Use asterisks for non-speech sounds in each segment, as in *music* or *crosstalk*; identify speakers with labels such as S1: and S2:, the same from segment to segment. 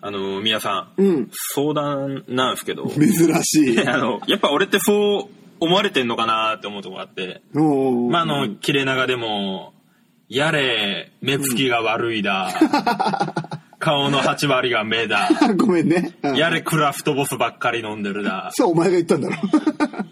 S1: あの、皆さん、
S2: うん。
S1: 相談なんですけど、 *laughs*
S2: 珍しい。
S1: あの、やっぱ俺ってそう思われてんのかなって思うとこがあって、
S2: おー
S1: まあ、あの、切れ長でも、やれ、目つきが悪いだ、
S2: *laughs*
S1: 顔の8割が目だ、
S2: ごめんね。うん
S1: やれ、クラフトボスばっかり飲んでるだ、
S2: そう、お前が言ったんだろ。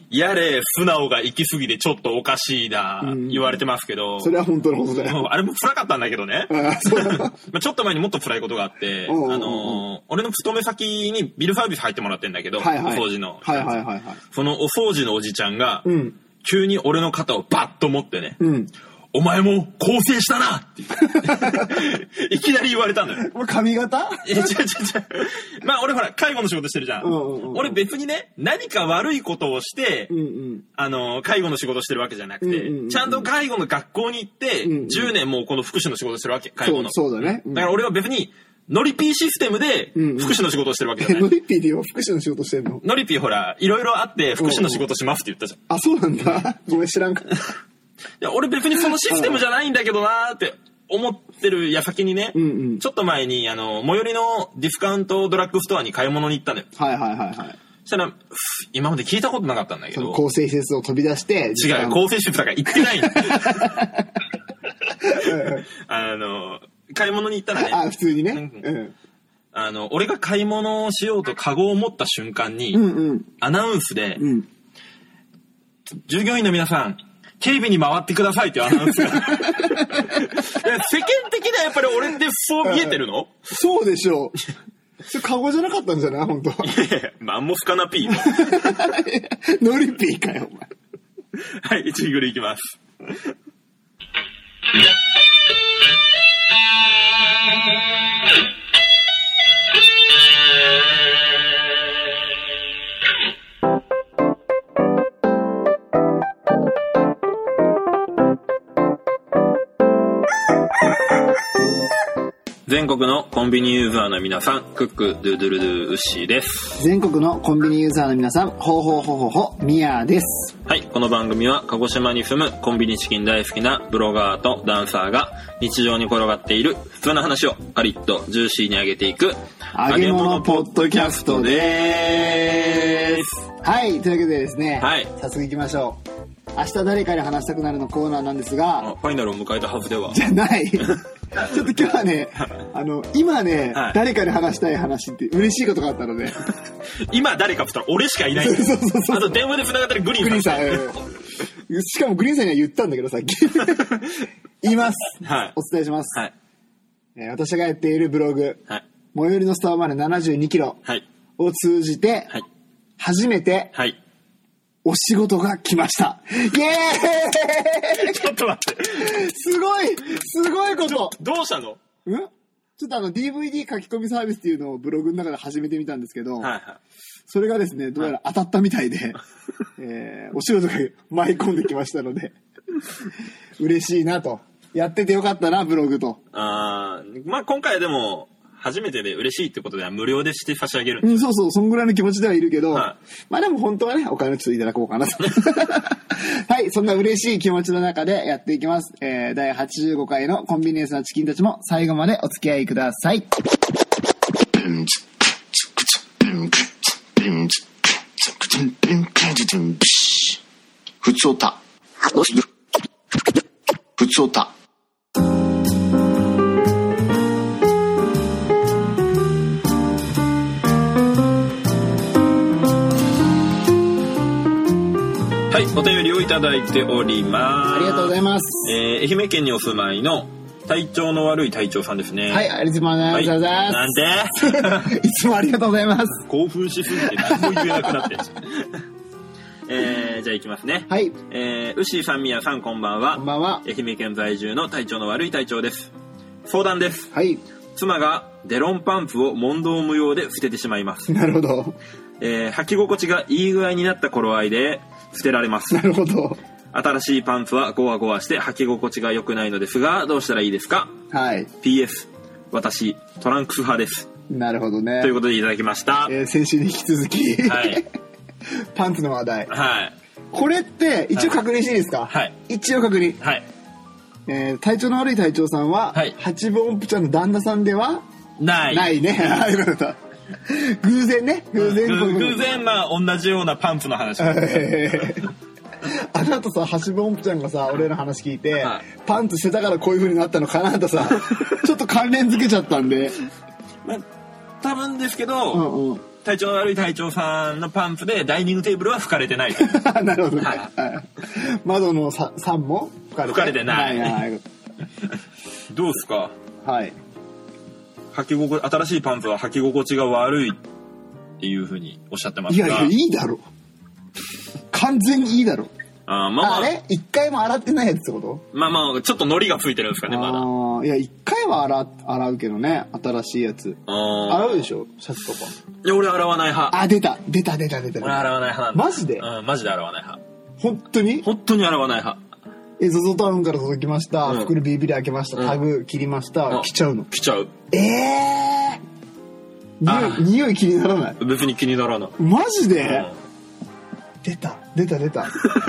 S1: やれ、素直が行き過ぎでちょっとおかしいだ、
S2: うん
S1: 言われてますけど、
S2: それは本当のことだ
S1: で
S2: よ。
S1: もあれも辛かったんだけどね。
S2: *laughs* あそうな
S1: *laughs*
S2: の
S1: まあちょっと前にもっと辛いことがあって、あ
S2: うんうんうん
S1: のー、俺の勤め先にビルサービス入ってもらってんだけど、
S2: はいはい。
S1: お掃除の。
S2: はいはいはいはい。
S1: そのお掃除のおじちゃんが、
S2: うん。
S1: 急に俺の肩をバッと持ってね、
S2: うん。
S1: お前も更生したなって
S2: *laughs*
S1: 言っていきなり言われたのよ。
S2: これ髪型
S1: え、違う違う違う。まあ俺ほら、介護の仕事してるじゃん。
S2: うんうんうん
S1: 俺別にね、何か悪いことをして、
S2: うんうん。
S1: あの、介護の仕事してるわけじゃなくて、
S2: うんうんうん
S1: ちゃんと介護の学校に行って、
S2: うんうん
S1: 10年もうこの福祉の仕事してるわけ、介
S2: そ
S1: 護
S2: う
S1: の。
S2: そうだね。
S1: だから俺は別に、ノリピーシステムで
S2: うんうん
S1: 福祉の仕事をしてるわけじゃな
S2: え、
S1: い。
S2: *laughs* ノリッピーで今福祉の仕事してんの
S1: ノリピーほら、いろいろあって福祉の仕事しますって言ったじゃん。い
S2: あ、そうなん
S1: *laughs*
S2: だ。ごめん、知らんかった。
S1: や、俺別にそのシステムじゃないんだけどなーって思ってる矢先にね、
S2: うんうん
S1: ちょっと前に、あの、最寄りのディスカウントドラッグストアに買い物に行ったのよ。
S2: はいはいはいはい。
S1: そしたら、ふ今まで聞いたことなかったんだけ
S2: その
S1: ど、
S2: 構成施設を飛び出して、
S1: 違う、
S2: こ
S1: 構成主婦だから行って
S2: *laughs*
S1: ないんだあの、買い物に行ったらね、
S2: あ、普通にね。
S1: うん
S2: うん。
S1: あの、俺が買い物をしようとカゴを持った瞬間に、
S2: うんうん。
S1: アナウンスで、
S2: うん。
S1: 従業員の皆さん、警備に回ってくださいっていうアナウン
S2: *laughs*
S1: スが。いや世間的にはやっぱり俺ってそう見えてる
S2: *laughs*
S1: の *laughs*
S2: そうでしょう。それ、カゴじゃなかったんじゃない本当は。 *laughs*
S1: マンモスかなピー。
S2: ノリッピーかよ、お前。
S1: *laughs* はい、ジングルいきます。全国のコンビニユーザーの皆さん、クックドゥドゥルドゥウッシーです。
S2: 全国のコンビニユーザーの皆さん、ほうほうほうほうほう、ミヤーです。
S1: はい、この番組は鹿児島に住むコンビニチキン大好きなブロガーとダンサーが日常に転がっている普通の話をカリッとジューシーに上げていく
S2: 揚げ物ポッドキャストでーす。はい、というわけでですね、
S1: はい
S2: 早速行きましょう。明日誰かに話したくなるのコーナーなんですが、
S1: あファイナルを迎えたはずでは
S2: じゃ
S1: *laughs*
S2: ない。ちょっと今日はね、あの、今ね、
S1: はい
S2: 誰かに話したい話って嬉しいことがあったので、
S1: 今誰かって言ったら俺しかいないんです
S2: そうそうそうそう
S1: あと電話で繋がってるグリ
S2: グ
S1: ー
S2: リーン
S1: ン
S2: さ
S1: さ
S2: ん
S1: ん、
S2: うんしかもグリーンさんには言ったんだけどさっ *laughs* き。言います。
S1: はい
S2: お伝えします、
S1: はい
S2: えー私がやっているブログ、
S1: はい
S2: 最寄りのスタバまで72キロ
S1: はい
S2: を通じて、
S1: はい
S2: 初めて
S1: はい
S2: お仕事が来ました。イエーイ
S1: ちょっと待って
S2: すごいすごいこと
S1: どうしたの
S2: うんちょっとあの DVD 書き込みサービスっていうのをブログの中で始めてみたんですけど、
S1: はいは
S2: それがですね、どうやら当たったみた
S1: *laughs*
S2: いで、えーお仕事が舞い込んできましたので、嬉しいなと。やっててよかったな、ブログと。
S1: いあーまあ今回はでも初めてで嬉しいってことでは無料でして差し上げるん
S2: う
S1: で
S2: ん、そうそう、そんぐらいの気持ちではいるけど、
S1: は
S2: まあでも本当はね、お金をちょっといただこう
S1: *laughs*
S2: かなと。はい、そんな嬉しい気持ちの中でやっていきます。えー第85回のコンビニエンスなチキンたちも最後までお付き合いください。
S3: ふつおた。ふつおた。
S1: はいお便りをいただいております
S2: ありがとうございます。
S1: えー愛媛県にお住まいの体調の悪い隊長さんですね。
S2: はい、ありがとうござい
S1: はい
S2: ま
S1: なんで
S2: *laughs* す。いつもありがとうございます。
S1: 興奮しすぎて何も言えなくなってんじ
S2: *laughs*
S1: ゃんえー、じゃあ行きますね。
S2: はい、
S1: えー、牛井さん、宮さん、こんばんは。
S2: こんばんは。
S1: 愛媛県在住の体調の悪い隊長です。相談です。
S2: はい、
S1: 妻がデロンパンプを問答無用で捨ててしまいます。
S2: なるほど。
S1: えー、履き心地がいい具合になった頃合いで捨てられます
S2: な。るほど。
S1: 新しいパンツはゴワゴワして履き心地が良くないのですが、どうしたらいいですか
S2: はい。
S1: PS 私トランクス派です
S2: なるほどね
S1: という。ことでいただきました
S2: えー先週に引き続き、
S1: はい
S2: *laughs* パンツの話題。
S1: はい
S2: これって、一応確認していいですか
S1: はい。
S2: 一応確認。
S1: はい
S2: えー体調の悪い隊長さんは、
S1: はい
S2: 八分音符ちゃんの旦那さんでは
S1: ない。
S2: な
S1: *laughs*
S2: いね。あよかった。偶然ね。偶然こうい
S1: ぐ
S2: うこと
S1: 偶然、まあ、同じようなパンツの話。
S2: *laughs* あなたさ、橋本ちゃんがさ、俺の話聞いて、
S1: はい
S2: パンツしてたからこういう風になったのかな
S1: *laughs*
S2: とさ、ちょっと関連付けちゃったんで。
S1: まあ、多分ですけ
S2: う
S1: ど、
S2: んうん。 *laughs*
S1: 体調の悪い隊長さんのパンツでダイニングテーブルは拭かれてない。
S2: なるほどね。
S1: はい
S2: はい窓のさ3も吹かれて
S1: 吹かれてない
S2: はいはいはい
S1: どうですか
S2: はい。
S1: 履き心新しいパンツは履き心地が悪いっていうふうにおっしゃってま
S2: い
S1: す
S2: や
S1: が
S2: いや、いいだろ。完全にいいだろ。
S1: あーまあま
S2: あ
S1: あ
S2: れ一回も洗ってないやつってこと
S1: まあまあちょっとノリがついてるんですかねまだ
S2: ああ、いや、一回は洗洗うけどね、新しいやつ。
S1: あ
S2: 洗うでしょシャツとか。
S1: いや俺洗わない派
S2: あ、出た出た出た出た出
S1: 俺
S2: た。
S1: 洗わない派なんだ
S2: マジで
S1: うんマジで洗わない派
S2: 本当に
S1: 本当に洗わない派
S2: え、ゾゾタウンから届きました。
S1: うん
S2: 袋ビリビリ開けました。
S1: うん
S2: タグ切りました。
S1: うん
S2: 着ちゃうの。
S1: 来ちゃう
S2: ええ
S1: あ
S2: ー
S1: ー
S2: 匂い、匂い気にならない。
S1: 別に気にならない、
S2: マジで、
S1: う
S2: 出た出た出 *laughs*
S1: ん
S2: た。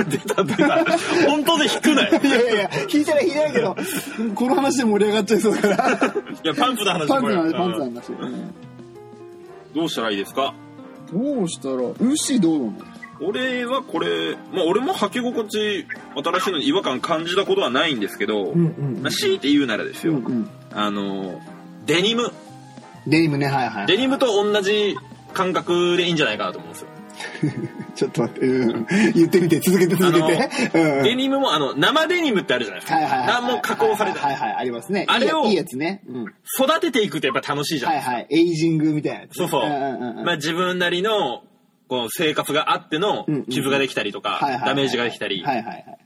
S1: 出た出た本当で引くなよ
S2: いやいやいや、引いたら引いてないけ *laughs* ど、この話で盛り上がっちゃいそうだから。 *laughs*
S1: いやパンツの話
S2: パ
S1: こ
S2: ンツなん
S1: れ
S2: だ、パンツな
S1: うん
S2: んだし。
S1: どうしたらいいですか
S2: どうしたら、ウッシーどうなの
S1: 俺はこれ、まあ、俺も履き心地新しいのに違和感感じたことはないんですけど、
S2: うんうん
S1: まあ、強いて言うならです
S2: う
S1: よ、
S2: んうん。
S1: あのデニム
S2: デニムね、はいはい。
S1: デニムと同じ感覚でいいんじゃないかなと思うんですよ、
S2: ちょっと待って、うん。言ってみて、続けて続けて。うん。
S1: デニムもあの生デニムってあるじゃないですか、
S2: はいはいはい。
S1: 何も加工されてない、
S2: はいはい、ありますね。
S1: あれを
S2: いいやいいやつね。うん。
S1: 育てていくとやっぱ楽しいじゃん、
S2: はいはい。エイジングみたいなやつ
S1: そ
S2: ね。
S1: うそう,、
S2: んんうん
S1: まあ、自分なりのこう生活があっての
S2: うんうん
S1: 傷ができたりとか、
S2: はいはいはい
S1: ダメージができたり、
S2: はいはいはい。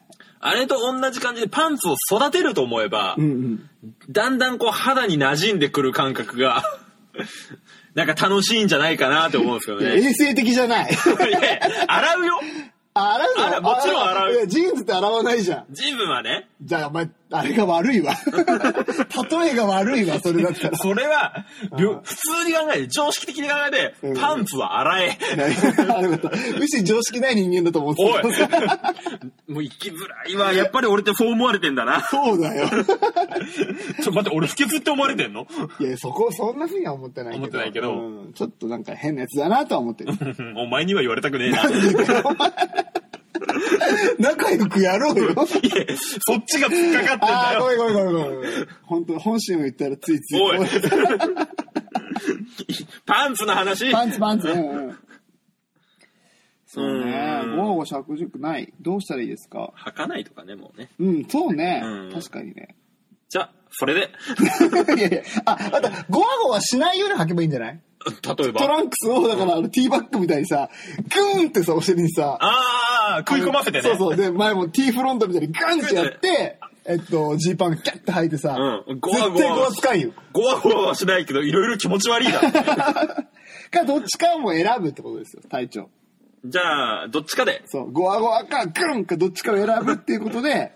S1: あれと同じ感じでパンツを育てると思えば、
S2: うんうん。
S1: だんだんこう肌に馴染んでくる感覚が、 *laughs* なんか楽しいんじゃないかなって思うんですけど
S2: いや
S1: ね。
S2: 衛生的じゃ
S1: *laughs*
S2: ない。
S1: いや洗うよ
S2: あ洗
S1: 洗う
S2: うの
S1: もちろん洗う
S2: いや、ジーンズって洗わないじゃん。
S1: ジムはね、
S2: じゃあ、お前、あれが悪
S1: *laughs*
S2: いわ。例えが悪いわ、それだったら。
S1: それは、びょ普通に考えて、常識的に考えて
S2: う、ん
S1: パンツは洗え。
S2: あよかった。うし常識ない人間だと思って
S1: おい
S2: た。
S1: もう生きづらいわ。やっぱり俺ってそう思われてんだな。
S2: *laughs* そうだよ。
S1: ちょ、待って、俺不潔って思われてんの
S2: いや、そこ、そんなふうには思ってないけど。
S1: 思ってないけど
S2: うんちょっとなんか変なやつだなとは思ってる。 *laughs*
S1: *laughs* お前には言われたくねえな。 *laughs* い
S2: 仲良くやろうよ。
S1: やそっちが突っかかって
S2: あ
S1: ん
S2: あ、ご
S1: だよ。
S2: めんごめんごめんごめんごめん。本当本心を言ったらついつい。
S1: おい。 *laughs* パンツの話。
S2: *laughs* パンツパンツ。うんうんそうね
S1: う。ん
S2: もう尺塾ない。どうしたらいいですか
S1: 履かないとかね、もうね。
S2: うん、そうね
S1: うん。
S2: 確かにね。 *laughs*
S1: じゃあ、それで、
S2: いやいや、あ、あと、ゴワゴワしないように履けばいいんじゃない
S1: 例え
S2: ト
S1: ば。
S2: ランクスを、だから、あの、ティーバッグみたいにさ、グーンってさ、お尻にさ、
S1: ああ、食い込ませてね。
S2: そうそう。で、前も T フロントみたいにガンってやって、えっと、ジーパンキャッて履いてさ、
S1: うんゴワゴワ
S2: 絶対ゴワつかんよ。
S1: ごわごわはしないけど、いろいろ気持ち悪
S2: *laughs*
S1: いな。
S2: か、どっちかをもう選ぶってことですよ、隊長。
S1: じゃあ、どっちかで。
S2: そう、ゴワゴワか、グンか、どっちかを選ぶっていうことで、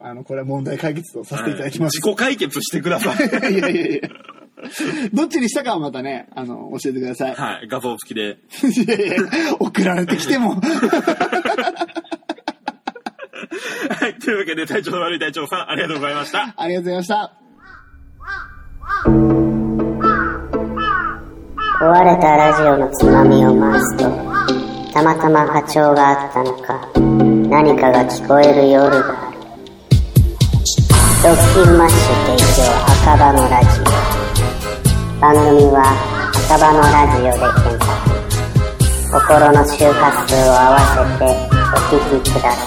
S2: あの、これは問題解決とさせていただきます。
S1: 自己解決してくださ
S2: *laughs*
S1: い。
S2: いやいやいやどっちにしたかはまたね、あの、教えてください。
S1: はい、画像付きで。
S2: いやいや、送られてきても。
S1: はい、というわけで、体調の悪い隊長さん、ありがとうございました。
S2: ありがとうございました。
S4: 壊れたラジオのつまみを回すとたまたま波長があったのか何かが聞こえる夜がある「ドッキンマッシュ提供赤羽のラジオ」番組は赤羽のラジオで検索心の周波数を合わせてお聞きください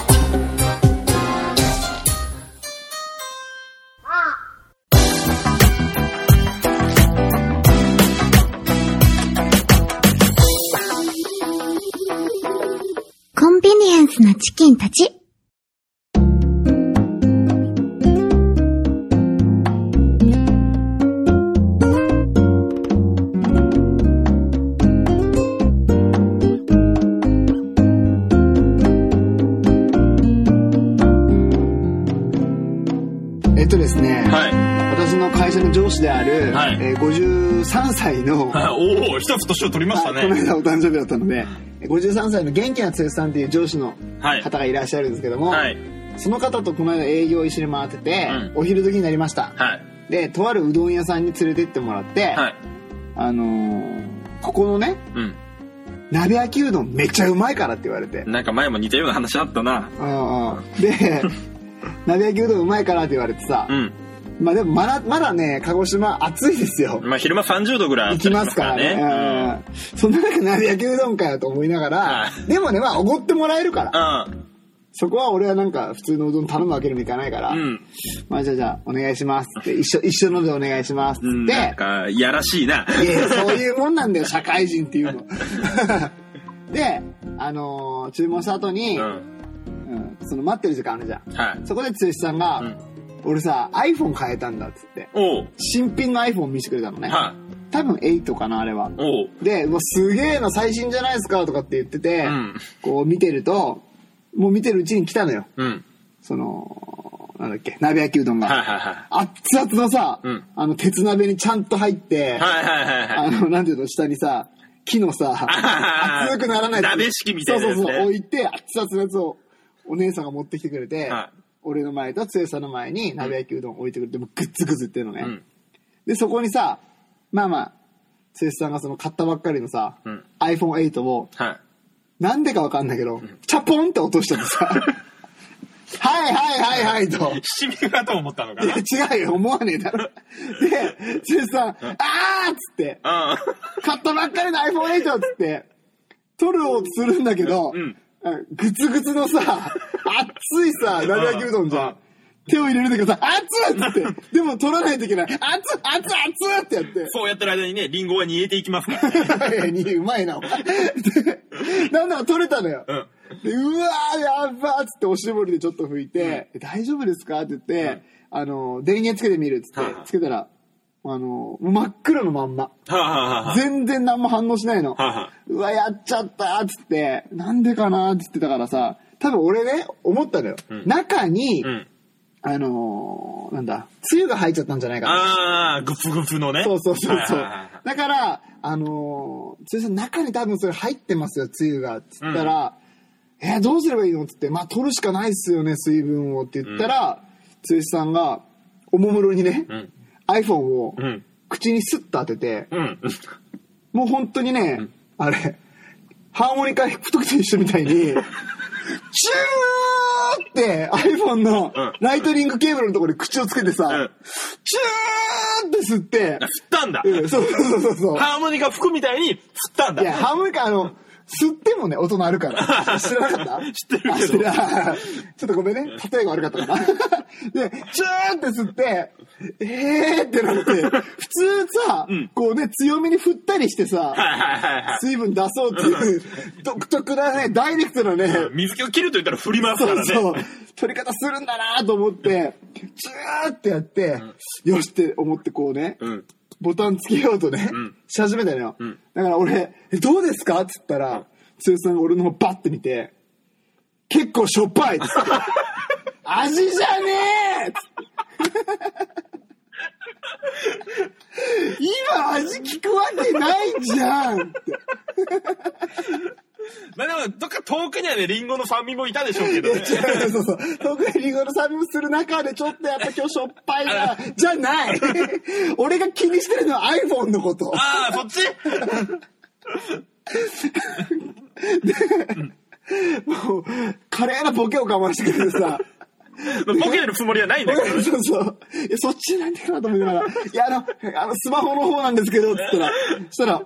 S5: コンビニエンスなチキンたち。
S2: えっとですね、
S1: はい。
S2: 私の会社の上司である、
S1: はい
S2: えー53歳の、
S1: おお、一つ年を取りました
S2: あこの
S1: ね。
S2: 間お誕生日だったので、53歳の元気な剛さんっていう上司の
S1: はい
S2: 方がいらっしゃるんですけども、
S1: はい。
S2: その方とこの間営業を一緒に回ってて、
S1: うん
S2: お昼時になりました。
S1: はい。
S2: でとあるうどん屋さんに連れてってもらって、
S1: はい。
S2: あのーここのね
S1: うん。
S2: 鍋焼きうどんめっちゃうまいからって言われて、
S1: なんか前も似たような話あったな。
S2: うんうん
S1: *laughs*
S2: で鍋焼きうどんうまいからって言われてさ
S1: う、ん。
S2: まあでもまだまだね鹿児島暑いですよ
S1: まあ昼間30度ぐらいあっ
S2: 行
S1: た
S2: き
S1: り
S2: ますからね。
S1: うん。
S2: うんそんな中、鍋焼きうどんかよと思いなが
S1: は
S2: ら、でもね、まあ、おごってもらえるから。そこは俺はなんか、普通のうどん頼むわけにもいかないから、
S1: うん。うん
S2: まあ、じゃあじゃあ、お願いしますって、一緒、一緒のでお願いしますっ
S1: うん。
S2: て、
S1: なんか、いやらしいな。
S2: いやいやそういうもんなんだよ、社会人っていうの。 *laughs* で、あのー注文した後
S1: う
S2: に、
S1: ん。
S2: うんその待ってる時間あるじゃん。
S1: はい。
S2: そこで剛さんが、
S1: うん
S2: 俺さ、iPhone 変えたんだっつって、
S1: おう。
S2: 新品の iPhone 見せてくれたのね。
S1: はい。
S2: 多分8かな、あれは。
S1: おう。
S2: で、もうすげえの最新じゃないですかとかって言ってて、
S1: うん
S2: こう見てると、もう見てるうちに来たのよ。
S1: うん。
S2: その、なんだっけ、鍋焼きうどんが。
S1: はいはいは
S2: 熱々のさ、
S1: うん
S2: あの、鉄鍋にちゃんと入って、
S1: い。はいはいはいはい。
S2: あの、なんていうの、下にさ、木
S1: *laughs*
S2: のさ、
S1: あー
S2: 熱くならない。
S1: 鍋敷きみたいなやつね
S2: そうそうそう、置いて、熱々のやつを、お姉さんが持ってきてくれて、
S1: はい
S2: 俺の前と剛さんの前に鍋焼きうどん置いてくれて、もうグッズグズっていうのね。
S1: うん
S2: で、そこにさ、まあまあ、剛さんがその買ったばっかりのさ、
S1: うん
S2: iPhone8 を、
S1: はい。
S2: なんでかわかんないけど、チャポンって落として
S1: *laughs*
S2: てさ、はいはいはいはいと。
S1: 七味かと思ったのか
S2: い
S1: な。
S2: や、違うよ、思わねえだろ。で、剛さん、あーっつって、
S1: あ
S2: 買ったばっかりの iPhone8 っつって、取るをするんだけど、
S1: うん
S2: グツグツのさ、熱いさ、鍋焼きうどんじ
S1: う
S2: ゃ
S1: ん
S2: ん。手を入れるんだけどさ、熱っつって、でも取らないといけない。熱っ熱っ熱っってやって。
S1: そうやってる間にね、リンゴは煮えていきますから
S2: *laughs*
S1: ね。
S2: にうまいな、
S1: *laughs*
S2: お前。でなんなら取れたのよ。
S1: うん
S2: でうわー、やっばーっつっておしぼりでちょっと拭いて、大丈夫ですかって言って、あの、電源つけてみるっつっ
S1: はい
S2: て
S1: はい、
S2: つけたら、あの、もう真っ黒のまんま。
S1: はあはあはあ。
S2: 全然何も反応しないの
S1: はいはい。
S2: うわ、やっちゃったーっつって、なんでかなーっつってたからさ、多分俺ね、思ったのよ。
S1: ん
S2: 中に、
S1: うん。
S2: あのーなんだ、つゆが入っちゃったんじゃないかな。
S1: ああ、グフグフのね。
S2: そうそうそうそう
S1: はいはいはい。
S2: だから、あのー、つゆさん中に多分それ入ってますよ、つゆが。つったら、えーどうすればいいのつって、まあ、取るしかないっすよね、水分を。って言ったら、つゆさんが、おもむろにね、
S1: うん
S2: iPhone を
S1: うん
S2: 口にスッと当てて、
S1: うん。
S2: もう本当にね、あれ、ハーモニカ太くと一緒み
S1: *laughs*
S2: たいに、チューって iPhone の
S1: うん
S2: ライトニングケーブルのところに口をつけてさ、
S1: うん
S2: チューって吸
S1: *laughs*
S2: って、
S1: 振ったんだ。
S2: うん、そうそうそうそう。
S1: ハーモニカ服みたいに振ったん
S2: いや、
S1: だ。
S2: ハーモニカ、あの、吸ってもね、音鳴るから。 *laughs* 知らなかった
S1: 知ってるけど
S2: あ知らない *laughs* ちょっとごめんね。例えが悪かったかな。で、チューって吸って、えーってなって、普通さ、
S1: ん
S2: こうね、強めに振ったりしてさ、
S1: はいはいはいはい。
S2: 水分出そうっていう、独特なね、ダイレクトなね、
S1: 水気を切ると言ったら振ります
S2: そ
S1: からね。
S2: うそう、取り方するんだなと思って、チューってやって、よしって思ってこうね、
S1: うん。
S2: ボタンつけようとね、
S1: ん
S2: し始めたのよ。
S1: ん
S2: だから俺、えどうですかっつったら、剛さんが俺の方バッて見て、結構しょ
S1: *laughs*
S2: っぱいっつって味じゃねえっつって今味聞くわけないじゃんって。
S1: まあでも、どっか遠くにはね、リンゴの酸味もいたでしょうけ
S2: *laughs*
S1: どね。
S2: 違うそうそう。特にリンゴの酸味もする中でちょっとやっぱ今日しょっぱいな、じゃない *laughs* 俺が気にしてるのは iPhone のこと。
S1: ああ、そっち
S2: もう、華麗なボケを我慢してくれてさ。
S1: まあボケてるつもりはないんだけどね。
S2: そうそう。いや、そっちなんてかなと思いながら、いや、あの、あの、スマホの方なんですけど、つったら、そしたら、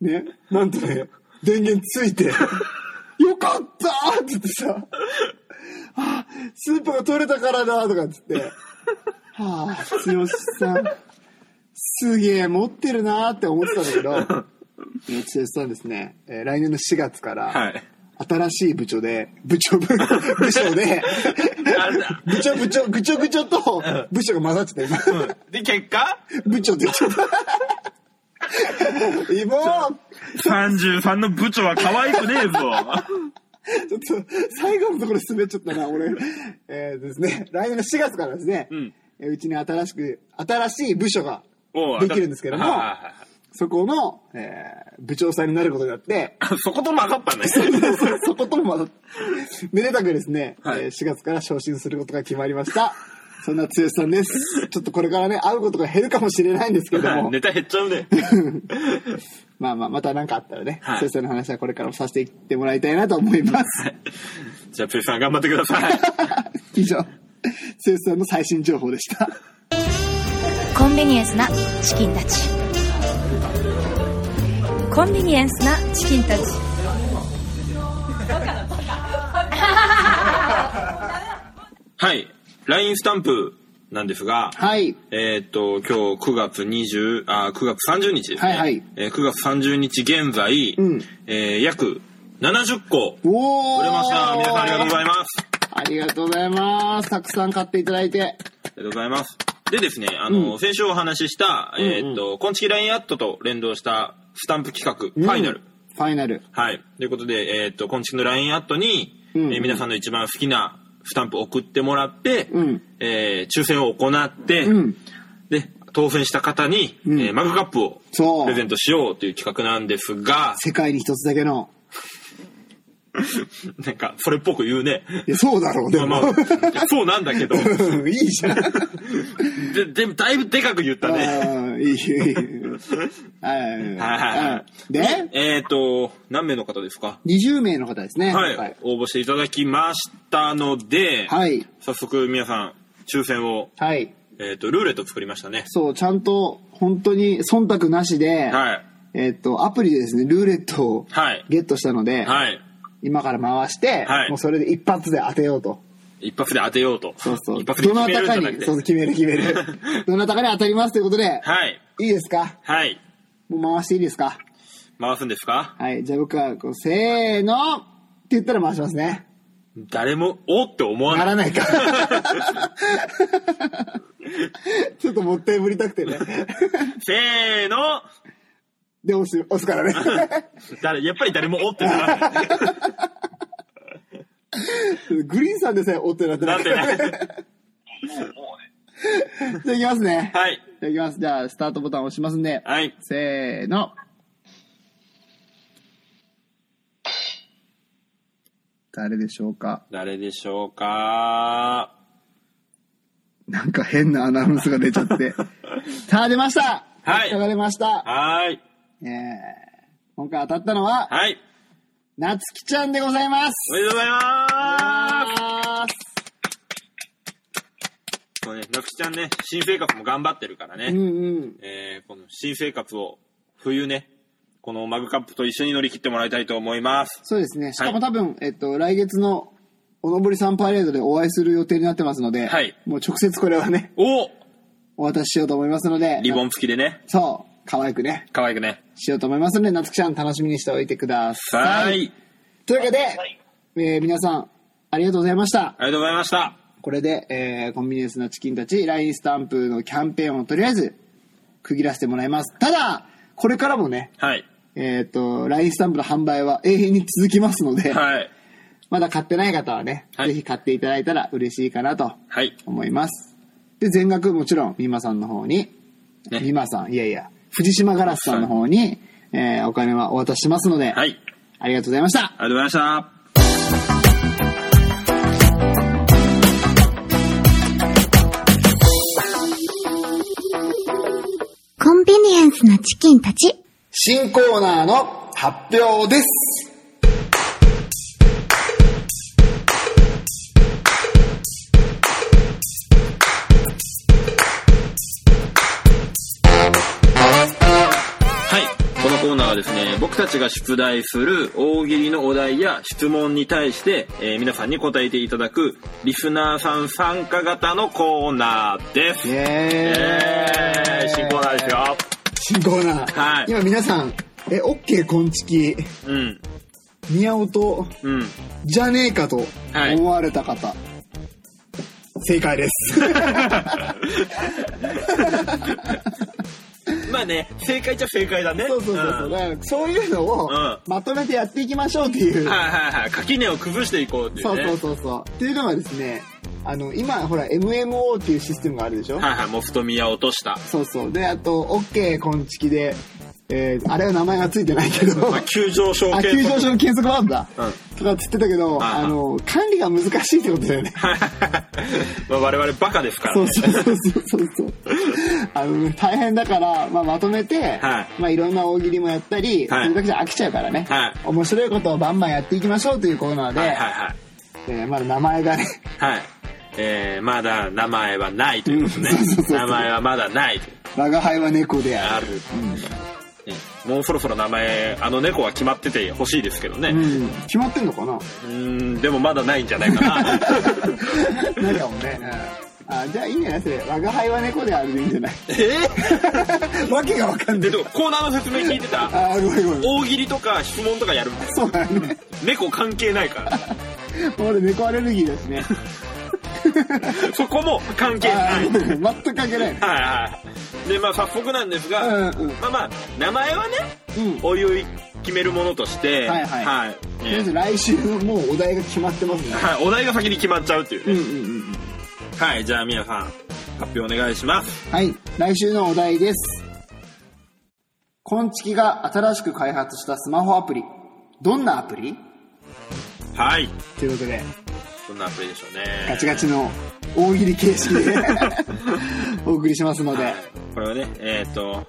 S2: ね、なんとね、電源ついて、よかったーって言ってさ、あ、スープが取れたからだとかっつって、はあ、剛さん、すげえ持ってるなーって思ってたんだけど、
S1: *laughs*
S2: ね剛さんですね、えー来年の4月から、
S1: はい。
S2: 新しい部長で、部長部、 *laughs* 部署で、部長部長、ぐちょぐちょと部署が混ざってたよ今
S1: うんで、結果
S2: 部長って言っちゃった。今、
S1: ?33 の部長は可愛くねえぞ。
S2: ちょっと最後のところ滑っちゃったな、俺。えーですね、来年の4月からですね、
S1: うん
S2: えーうちに新しく、新しい部署が
S1: おう
S2: *laughs* できるんですけども
S1: はいはいはい、
S2: そこの、えー部長さんになることになって、
S1: そことも上が
S2: *laughs*
S1: ったね。
S2: そこともまだ、めでたくですね、
S1: はい
S2: えー4月から昇進することが決まりました。そんな剛さんです。ちょっとこれからね、会うことが減るかもしれないんですけども。
S1: ネタ減っちゃう
S2: *laughs*
S1: ね。
S2: まあまあ、また何かあったらね、
S1: はい
S2: 剛さんの話はこれからもさせていってもらいたいなと思います。
S1: じゃあ、プリさん頑張ってください。
S2: *laughs* 以上、剛さんの最新情報でした。
S6: コンビニエンスなチキンたちコンビニエンスなチキンたち
S1: はい。LINE スタンプなんですが、
S2: はい。
S1: えーっと、今日9月20、あ、9月30日ですね。
S2: はいはい
S1: えー9月30日現在、
S2: うん
S1: えー約70個
S2: おー
S1: 売れました。皆さんありがとうございます。
S2: ありがとうございます。たくさん買っていただいて。
S1: ありがとうございます。でですね、あの、先週お話しした、えーっと、今月 LINE アットと連動したスタンプ企画、ファイナル。
S2: ファイナル。
S1: はい。ということで、えーっと、今月の LINE アットに、
S2: うんうん
S1: えー皆さんの一番好きなスタンプ送ってもらって、
S2: うん
S1: えー抽選を行って、
S2: うん。
S1: で、当選した方に、
S2: うん
S1: えーマグカップを
S2: そう
S1: プレゼントしようという企画なんです
S2: *laughs*
S1: が、
S2: 世界に一つだけの。
S1: なんか、それっぽく言うね。
S2: いや、そうだろう、で
S1: まあ
S2: も。
S1: まあ、いやそうなんだけど、
S2: *laughs* うんいいじゃん。
S1: で、でもだいぶでかく言ったね。
S2: うんいい、いい。はい
S1: はいはいは
S2: うんで、
S1: えっと、何名の方ですか
S2: 20名の方ですね。
S1: はい。。応募していただきましたので、
S2: はい。
S1: 早速皆さん、抽選を、
S2: はい。
S1: えっと、ルーレット作りましたね。
S2: そう、ちゃんと、本当に忖度なしで、
S1: はい。
S2: えっと、アプリでですね、ルーレットを
S1: はい
S2: ゲットしたので、
S1: はい。
S2: 今から回して、
S1: はい
S2: もうそれで一発で当てようと。
S1: 一発で当てようと。
S2: そうそう。
S1: 一発で
S2: ど
S1: 決め
S2: な
S1: る
S2: た
S1: んじ
S2: か
S1: ゃなく
S2: に、
S1: て
S2: そうそう、決める決
S1: *laughs*
S2: める。どなたかに当たりますということで、
S1: はい。
S2: いいですか
S1: はい。
S2: もう回していいですか
S1: 回すんですか
S2: はい、じゃあ僕は、こう、せーのって言ったら回しますね。
S1: 誰も、おって思わ
S2: な
S1: ない。
S2: らない *laughs* か。ちょっともったいぶりたくてね。
S1: せーの
S2: で、押す、押すから *laughs* ね。
S1: 誰やっぱり誰もおってならない
S2: グリーンさんでさえおってなって
S1: な
S2: な
S1: っ
S2: い
S1: てない。
S2: じゃあいきますね。
S1: はい。
S2: じゃあいきます。じゃあ、スタートボタン押しますんで。
S1: はい。
S2: せーの。誰でしょうか
S1: 誰でしょうか
S2: なんか変なアナウンスが出ちゃ *laughs* って。さあ、出ました
S1: はい
S2: 人が出ました。
S1: はーい。
S2: えー、今回当たったのは、
S1: はい。
S2: なつきちゃんでございます。
S1: おめでとうございま
S2: あ
S1: すもうね、のきちゃんね、新生活も頑張ってるから
S2: うん
S1: ね。
S2: うん。
S1: えー、この新生活を、冬ね、このマグカップと一緒に乗り切ってもらいたいと思います。
S2: そうですね。しかも多分、えっと、来月のおのぼりさんパレードでお会いする予定になってますので、
S1: はい
S2: もう直接これはね、 *laughs*
S1: お
S2: お渡ししようと思いますので、
S1: リボン付きでね、
S2: そう、可愛くね、
S1: 可愛くね。
S2: しようと思いますので、なつきちゃん楽しみにしておいてくだ
S1: は
S2: さい。
S1: ーい。
S2: というわけで、えー皆さん、ありがとうございました。
S1: ありがとうございました。
S2: これで、えーコンビニエンスなチキンたち LINE スタンプのキャンペーンをとりあえず区切らせてもらいますただこれからもね
S1: はい。
S2: えっ、と LINE スタンプの販売は永遠に続きますので、
S1: はい。
S2: まだ買ってない方はね、
S1: はい
S2: ぜひ買っていただいたら嬉しいかなと
S1: はい。
S2: 思いますで全額もちろん美馬さんの方に
S1: ね
S2: 美馬、さんいやいや藤島ガラスさんの方に、えーお金はお渡ししますので、
S1: はい。
S2: ありがとうございました
S1: ありがとうございました。
S5: コンビニエンスなチキンたち。
S2: 新コーナーの発表です。
S1: はい。このコーナーはですね、僕たちが出題する大喜利のお題や質問に対して、えー皆さんに答えていただく、リスナーさん参加型のコーナーです。
S2: イ
S1: イ
S2: エ
S1: エーイ
S2: ーイ
S1: 新コーナーですよ。
S2: 新コーナー。
S1: はい
S2: 今皆さん、え、オッケーこんちき、
S1: うん。
S2: 宮尾と、
S1: うん。
S2: じゃねえかと
S1: はい
S2: 思われた方。正
S1: *laughs*
S2: 解です。
S1: *laughs* まあね、正解っちゃ正解だね。
S2: そうそうそうそう。
S1: んは
S2: だからそういうのを
S1: うん
S2: まとめてやっていきましょうっていう。
S1: いはいはい。垣根を崩していこうっていう
S2: そう
S1: ね。
S2: そうそうそう。っていうのはですね、あの、今、ほら、MMO っていうシステムがあるでしょ
S1: はいはい、モフトミヤ落とした。
S2: そうそう。で、あと、オッケーこんちきで、えーあれは名前がついてないけ
S1: *laughs*
S2: ど
S1: まあ、急上昇
S2: あ
S1: 系
S2: 急上昇の検索バードだ、
S1: うん *laughs*
S2: とかっつってたけど
S1: あ
S2: あの管理が難しいってことだよね
S1: まあ我々バカですから
S2: そ
S1: ね
S2: うそうそうそうそう。あのね、大変だから、まあ、まとめて、
S1: はい
S2: まあ、いろんな大喜利もやったり、
S1: はい
S2: それだけじゃ飽きちゃうからね、
S1: はい
S2: 面白いことをバンバンやっていきましょうというコーナーで、
S1: はいはいはい
S2: えーまだ名前がね、 *laughs*
S1: はいえー、まだ名前はないということね
S2: うんそうそうそう
S1: 名前はまだないと
S2: 我が輩は猫であ
S1: あ
S2: る。
S1: る、ねもうそろそろ名前あの猫は決まってて欲しいですけどね
S2: うん、決まってんのかな *laughs*
S1: うーんでもまだないんじゃないかな
S2: なんかもね、うんあじゃあいいんじゃないそれ、我が輩は猫であるでいいんじゃない *laughs* わけがわかんな
S1: で
S2: い。 *laughs*
S1: でもコーナーの説明聞いてた
S2: あー、ごめんごめん。
S1: 大喜利とか質問とかやるんです
S2: そうだね。
S1: 猫関係ないから
S2: 俺猫アレルギーだしね。 *laughs*
S1: そこも関係
S2: あ
S1: ない
S2: ーごめんごめん全く関係な
S1: は
S2: い。
S1: いはい。で、まあ、早速なんですが、
S2: うんうん
S1: まあまあ、名前はね、
S2: うん
S1: おいおい決めるものとして、
S2: はいはい
S1: はい
S2: とりあえず
S1: ね
S2: 来週もうお題が決まってますね。
S1: はいお題が先に決まっちゃうっていう
S2: うん
S1: ね。
S2: うんうん。
S1: はい、じゃあ皆さん、発表お願いします。
S2: はい、来週のお題です。コンチキが新しく開発したスマホアプリ。どんなアプリ
S1: はい。
S2: ということで、
S1: どんなアプリでしょうね。
S2: ガチガチの大喜利形式で
S1: *laughs*
S2: お送りしますので、
S1: これはね、えっ、と、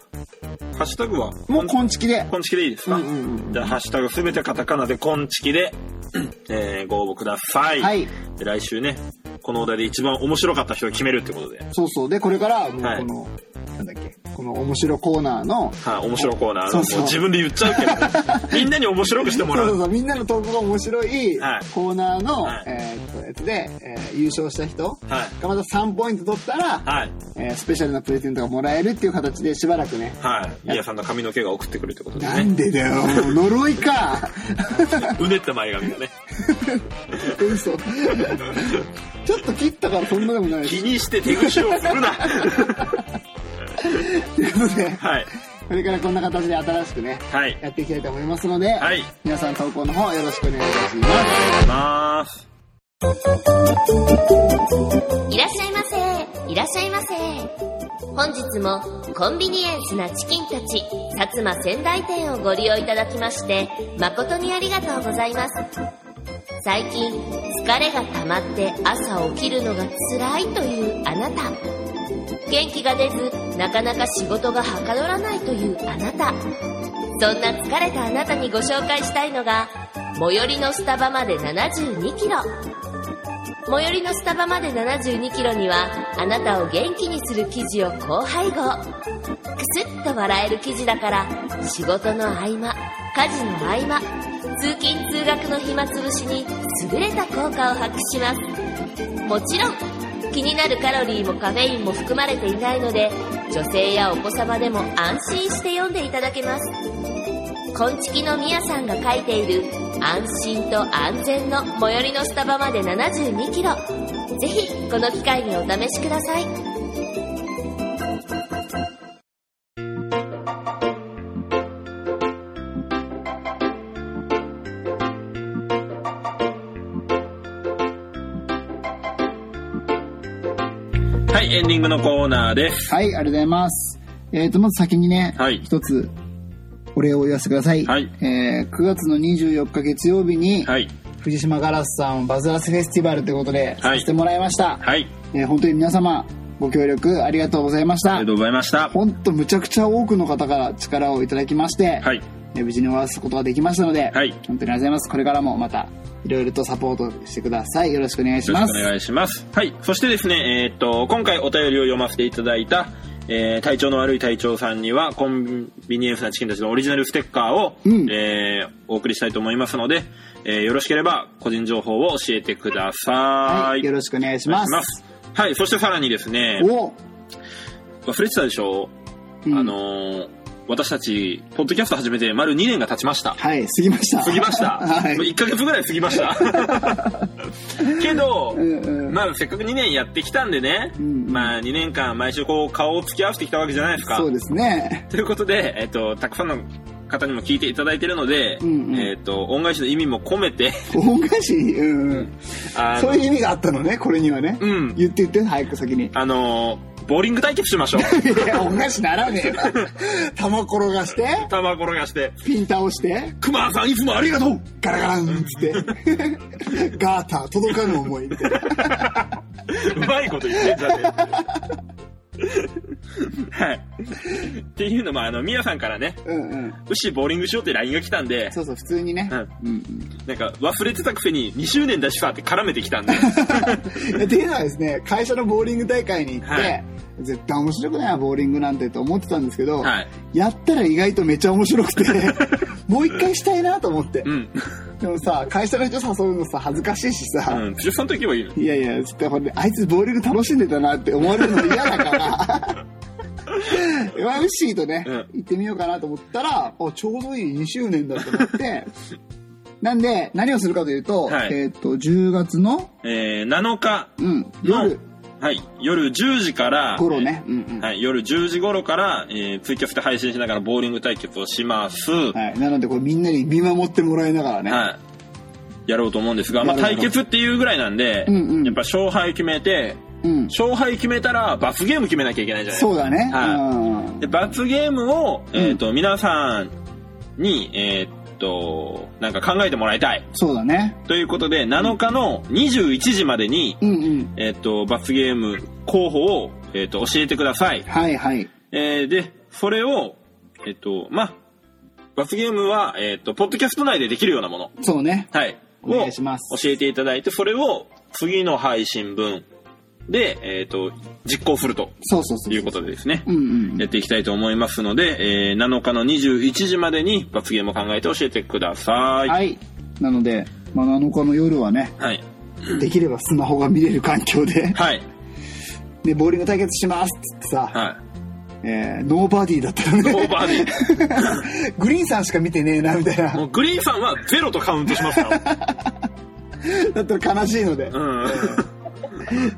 S1: ハッシュタグは、
S2: もうコンチキで、
S1: こんちきでいいですか、
S2: うんうんうん
S1: じゃあ、ハッシュタグすべてカタカナで、こんちきで、えーご応募ください。
S2: はい
S1: で来週ね、このお題で一番面白かった人を決めるってことで、
S2: そうそう、で、これからはもう
S1: はい
S2: この、なんだっけ、この面白コーナーの、
S1: はい、面白いコーナーの
S2: そうそう
S1: もう自分で言っち
S2: *laughs*
S1: ゃうけど、みんなに面白くしても
S2: そ
S1: ら
S2: うそう
S1: う。
S2: そう、みんなの投稿が面白い
S1: はい
S2: コーナーの、
S1: はい
S2: えーっと、やつで、えー優勝した人
S1: はい
S2: がまた3ポイント取ったら、
S1: はい。
S2: えースペシャルなプレゼントがもらえるっていう形でしばらくね、
S1: はい。ミヤさんの髪の毛が送ってくるってことで
S2: な
S1: ね。
S2: んでだよ、
S1: *laughs*
S2: もう呪いか。
S1: うねった前髪がね。
S2: 嘘。ちょっと切ったからそんなでもない
S1: 気
S2: し。
S1: にして手口をするな。
S2: ということで、
S1: *laughs* はい。
S2: これからこんな形で新しくね、
S1: はい。
S2: やっていきたいと思いますので、
S1: はい
S2: 皆さん投稿の方よろしくお願いいたします。
S1: まーす。
S7: いらっしゃいませいらっしゃいませ本日もコンビニエンスなチキンたち薩摩仙台店をご利用いただきまして誠にありがとうございます最近疲れが溜まって朝起きるのが辛いというあなた元気が出ずなかなか仕事がはかどらないというあなたそんな疲れたあなたにご紹介したいのが最寄りのスタバまで72キロ最寄りのスタバまで7 2キロにはあなたを元気にする記事を高配合くすっと笑える記事だから仕事の合間家事の合間通勤通学の暇つぶしに優れた効果を発揮しますもちろん気になるカロリーもカフェインも含まれていないので女性やお子様でも安心して読んでいただけますこんちきのみやさんが書いている安心と安全の最寄りのスタバまで72キロぜひこの機会にお試しください
S1: はい、エンディングのコーナーです。
S2: はい、ありがとうございます。えーと、まず先にね、
S1: はい
S2: 一つ、お礼を言わせてください。
S1: はい
S2: えー9月の24日月曜日に、
S1: はい。
S2: 藤島ガラスさんをバズらせフェスティバルということで、
S1: はい
S2: させてもらいました。
S1: はい。
S2: えー本当に皆様、ご協力ありがとうございまし
S1: あり
S2: た
S1: が。とうございました。
S2: 本当むちゃくちゃ多くの方から力をいただきまして、
S1: はい。
S2: えー無事に終わらすことができましたので、
S1: はい
S2: 本当にありがとうございます。これからもまた、いろいろとサポートしてください。よろしくお願いし
S1: よろ
S2: ま
S1: し
S2: す。
S1: くお願いします。はい。そしてですね、えーっと、今回お便りを読ませていただいた、えー体調の悪い隊長さんには、コンビニエンスなチキンたちのオリジナルステッカーを、
S2: うん
S1: えーお送りしたいと思いますので、えーよろしければ、個人情報を教えてくださ。
S2: はいい、よろしくお願いします。
S1: す。はい。そしてさらにですね、
S2: お
S1: 忘れてたでしょ、う
S2: うん
S1: あのー私たち、ポッドキャスト始めて丸2年が経ちました。
S2: はい、過ぎました。
S1: 過ぎました。
S2: *laughs* はい
S1: もう1ヶ月ぐらい過ぎま
S2: *laughs*
S1: した。けど、
S2: んうん
S1: まあせっかく2年やってきたんでね、
S2: んうん
S1: まあ2年間毎週こう顔を付き合わせてきたわけじゃないですか。
S2: そうですね。
S1: ということで、えっと、たくさんの方にも聞いていただいてるので、
S2: んうん
S1: えっ、と、恩返しの意味も込めて、
S2: 恩返しうんうん。
S1: あ
S2: *laughs* そ
S1: の
S2: う、いう意味があったのね、これにはね。
S1: うん
S2: 言って言って、早く先に。
S1: あのボーリング対決しま
S2: *laughs*
S1: しょう。
S2: いや、恩返しならねえな。玉転がして、
S1: 玉転がして、
S2: ピン倒して、
S1: クマさんいつもありがとう
S2: ガラガランっつって、 *laughs* ガーター届かぬ思いみたいな。 *laughs*
S1: うまいこと言ってんじゃねえはい。っていうのも、あの、ミヤさんからね、
S2: うんうん。
S1: うっしーボーリングしようって LINE が来たんで、
S2: そうそう、普通にね。
S1: うん
S2: うん
S1: なんか忘れてたくせに2周年だしさって絡めてきたん
S2: *laughs*
S1: で。
S2: うん。っていうのはですね、会社のボーリング大会に行って、
S1: はい
S2: 絶対面白くないな、ボーリングなんてと思ってたんですけど、
S1: はい
S2: やったら意外とめちゃ面白く
S1: *laughs*
S2: て、もう一回したいなと思って。
S1: うん。
S2: でもさ、会社の人誘うのさ、恥ずかしいしさ、
S1: うん。中3と行けばいいのに。
S2: いやいや、つってほんで、あいつボーリング楽しんでたなって思われるの嫌だから。まあウッシーとね、
S1: うん
S2: 行ってみようかなと思ったら、あ、ちょうどいい2周年だと
S1: *laughs*
S2: 思って、なんで、何をするかというと、
S1: はい
S2: えっ、と、10月の、
S1: えー、7日
S2: うん、
S1: の
S2: 夜、
S1: はい、夜10時から、
S2: 頃ね、うんうん。
S1: はい、夜10時頃から、えー、ツイキャスで配信しながらボーリング対決をします。は
S2: はい。なので、これみんなに見守ってもらいながら
S1: い。
S2: ね。
S1: やろうと思うんですが、まあ、
S2: やろう
S1: 対
S2: やろう
S1: 決っていうぐらいなんで、
S2: うんうん
S1: やっぱ勝敗決めて、
S2: うん。
S1: 勝敗決めたら罰ゲーム決めなきゃいけないじゃないですか
S2: そうだね。
S1: はい
S2: うん。
S1: で罰ゲームを、えっと皆さんに、えっとなんか考えてもらいたい
S2: そうだね。
S1: ということで7日の21時までに、
S2: うんうん。
S1: えっと罰ゲーム候補を、えっと教えてください、
S2: はいはい。
S1: えーでそれをえっ、とまあ罰ゲームは、えっとポッドキャスト内でできるようなもの、
S2: そうね。
S1: はい、
S2: お願いします
S1: を教えていただいてそれを次の配信分で、えっと実行すると
S2: そうそうそう。
S1: いうことでですね、
S2: うんうん。
S1: やっていきたいと思いますので、えー7日の21時までに罰ゲームを考えて教えてください。。
S2: はいい。なので、まあ、7日の夜はね、
S1: はい。
S2: できればスマホが見れる環境で、 *laughs*
S1: はい。
S2: で、ボーリング対決しますっつってさ、
S1: はい。
S2: えー、ノーバディだったらね、
S1: ノーバーディー。
S2: *laughs* グリーンさんしか見てねえな、みたいな
S1: も、うグリーンさんはゼロとカウントします
S2: *laughs*
S1: から。
S2: だったら悲しいので
S1: う、ん。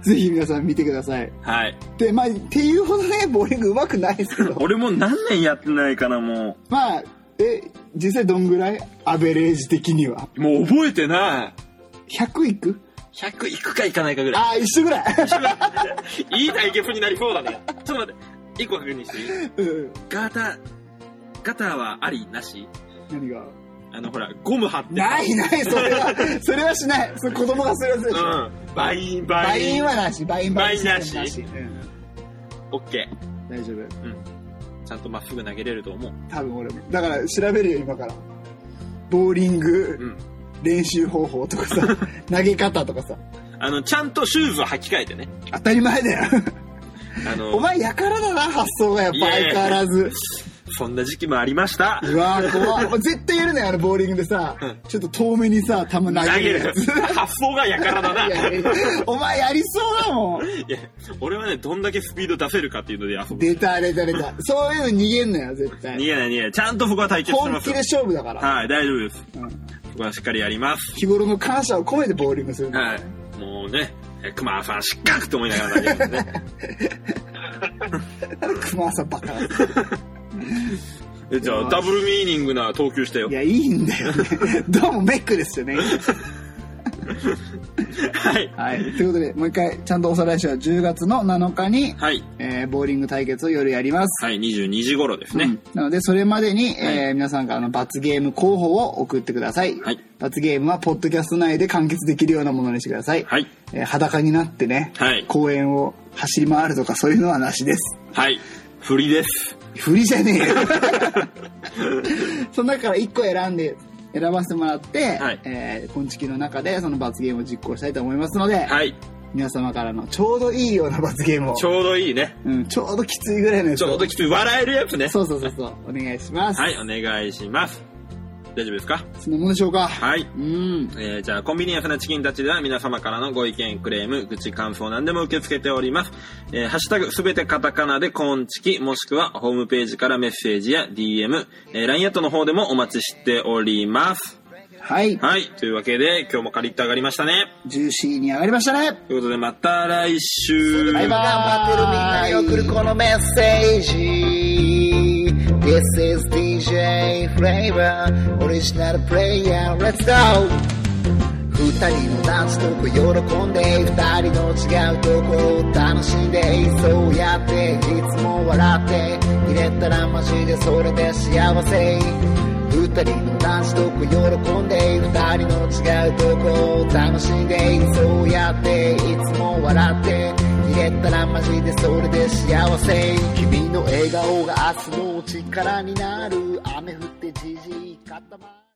S2: ぜひ皆さん見てください。
S1: はい。
S2: で、まあ、っていうほどね、ボーリング上手くないですけど、
S1: 俺もう何年やってないかな、も
S2: まあ、え、実際どんぐらいアベレージ的には。
S1: う。もう覚えてない。
S2: 100いく
S1: 100いくかいかないかぐらい。
S2: ああ、一緒ぐらい。 *laughs*
S1: いい対決になりそうだね。ちょっと待って。一個確認していい
S2: うん。
S1: ガタ、ガターはありなし
S2: 何が
S1: あの、ほら、ゴム貼って。
S2: ないない、それ
S1: *laughs*
S2: は、それはしない。それ子供がするやつでし
S1: う
S2: ょ。
S1: ん。バイン、バ
S2: バ
S1: イン。
S2: インはなし、バイン
S1: バインなし
S2: うん
S1: オッケー。
S2: 大丈夫。
S1: ちゃんとまっすぐ投げれると思う。
S2: 多分俺も。だから調べるよ、今から。ボーリン
S1: う
S2: グ
S1: ん。
S2: 練習方法とか
S1: *laughs*
S2: さ、投げ方とかさ。
S1: あの、ちゃんとシューズを履き替えてね。
S2: 当たり前だよ。
S1: あの、
S2: お前やからだな、発想がやっぱ相変わらず。
S1: そんな時期もありました。
S2: うわー怖いお前絶対やるね、あのボーリングでさ、ちょっと遠目にさ、球投
S1: 投
S2: げ
S1: げ
S2: る
S1: る
S2: やつ。い。
S1: 発想がやからだな。い
S2: やいやお前やりそうだもん。
S1: や、俺はね、どんだけスピード出せるかっていうので遊ぶ。
S2: 出た出た出た。そういうの逃げんなよ、絶
S1: 逃
S2: 対。
S1: げない逃げない。ちゃんとそこは対決して
S2: 本
S1: ま
S2: 気
S1: す
S2: で
S1: よ。
S2: 勝負だから。
S1: はい、大丈夫です。
S2: うん
S1: そこはしっかりやります。
S2: 日頃の感謝を込めてボーリングするんだ
S1: はい。もうね、え熊さん失格と思いながら投げるんで
S2: *laughs*
S1: ね。
S2: 熊さんバカだ
S1: えじゃあ、ダブルミーニングな投球したよ
S2: い。や、いいんだよね。どうもベックですよね。
S1: はい。
S2: はい。ということで、もう一回、ちゃんとおさらいしよう。10月の7日に、
S1: はい。
S2: えーボーリング対決を夜やります。
S1: はい、22時頃ですね。
S2: うんなので、それまでに、
S1: は
S2: えー皆さんからの罰ゲーム候補を送ってください。
S1: はい
S2: 罰ゲームは、ポッドキャスト内で完結できるようなものにしてください。
S1: はい。
S2: えー裸になってね、
S1: はい
S2: 公園を走り回るとか、そういうのはなしです。
S1: はい。振りです。
S2: 振りじゃねえ
S1: *laughs*
S2: よその中から1個選んで選ばせてもらって、
S1: はい
S2: えー、昆虫の中でその罰ゲームを実行したいと思いますので、
S1: はい。
S2: 皆様からのちょうどいいような罰ゲームを
S1: ちょうどいいね。
S2: うん、ちょうどきついぐらいのやつ
S1: ち
S2: を
S1: ょうどきつい笑えるやつね。
S2: そうそうそうそうお願いします、
S1: はい、お願いします。大丈夫ですか
S2: そんなもんでしょうか
S1: はい。
S2: うん
S1: えーじゃあ、コンビニエンスなチキンたちでは皆様からのご意見、クレーム、愚痴、感想何でも受け付けております。えーハッシュタグすべてカタカナでコンチキ、もしくはホームページからメッセージや DM、えー、LINE アットの方でもお待ちしております。
S2: はい、
S1: はい。というわけで、今日もカリッと上がりましたね。
S2: ジューシーに上がりましたね
S1: ということで、また来週。
S2: バイバイ頑張ってるみんなに送るこのメッセージ This is DJ Flavor オリジナルプレイヤー Let's go 二人のダンスとこ喜んで二人の違うとこを楽しんでそうやっていつも笑って入れたらマジでそれで幸せ二人のダンスとこ喜んで二人の違うとこを楽しんでそうやっていつも笑って入れたらマジでそれで幸せ君の笑顔が明日の力になる雨降ってじじい固まる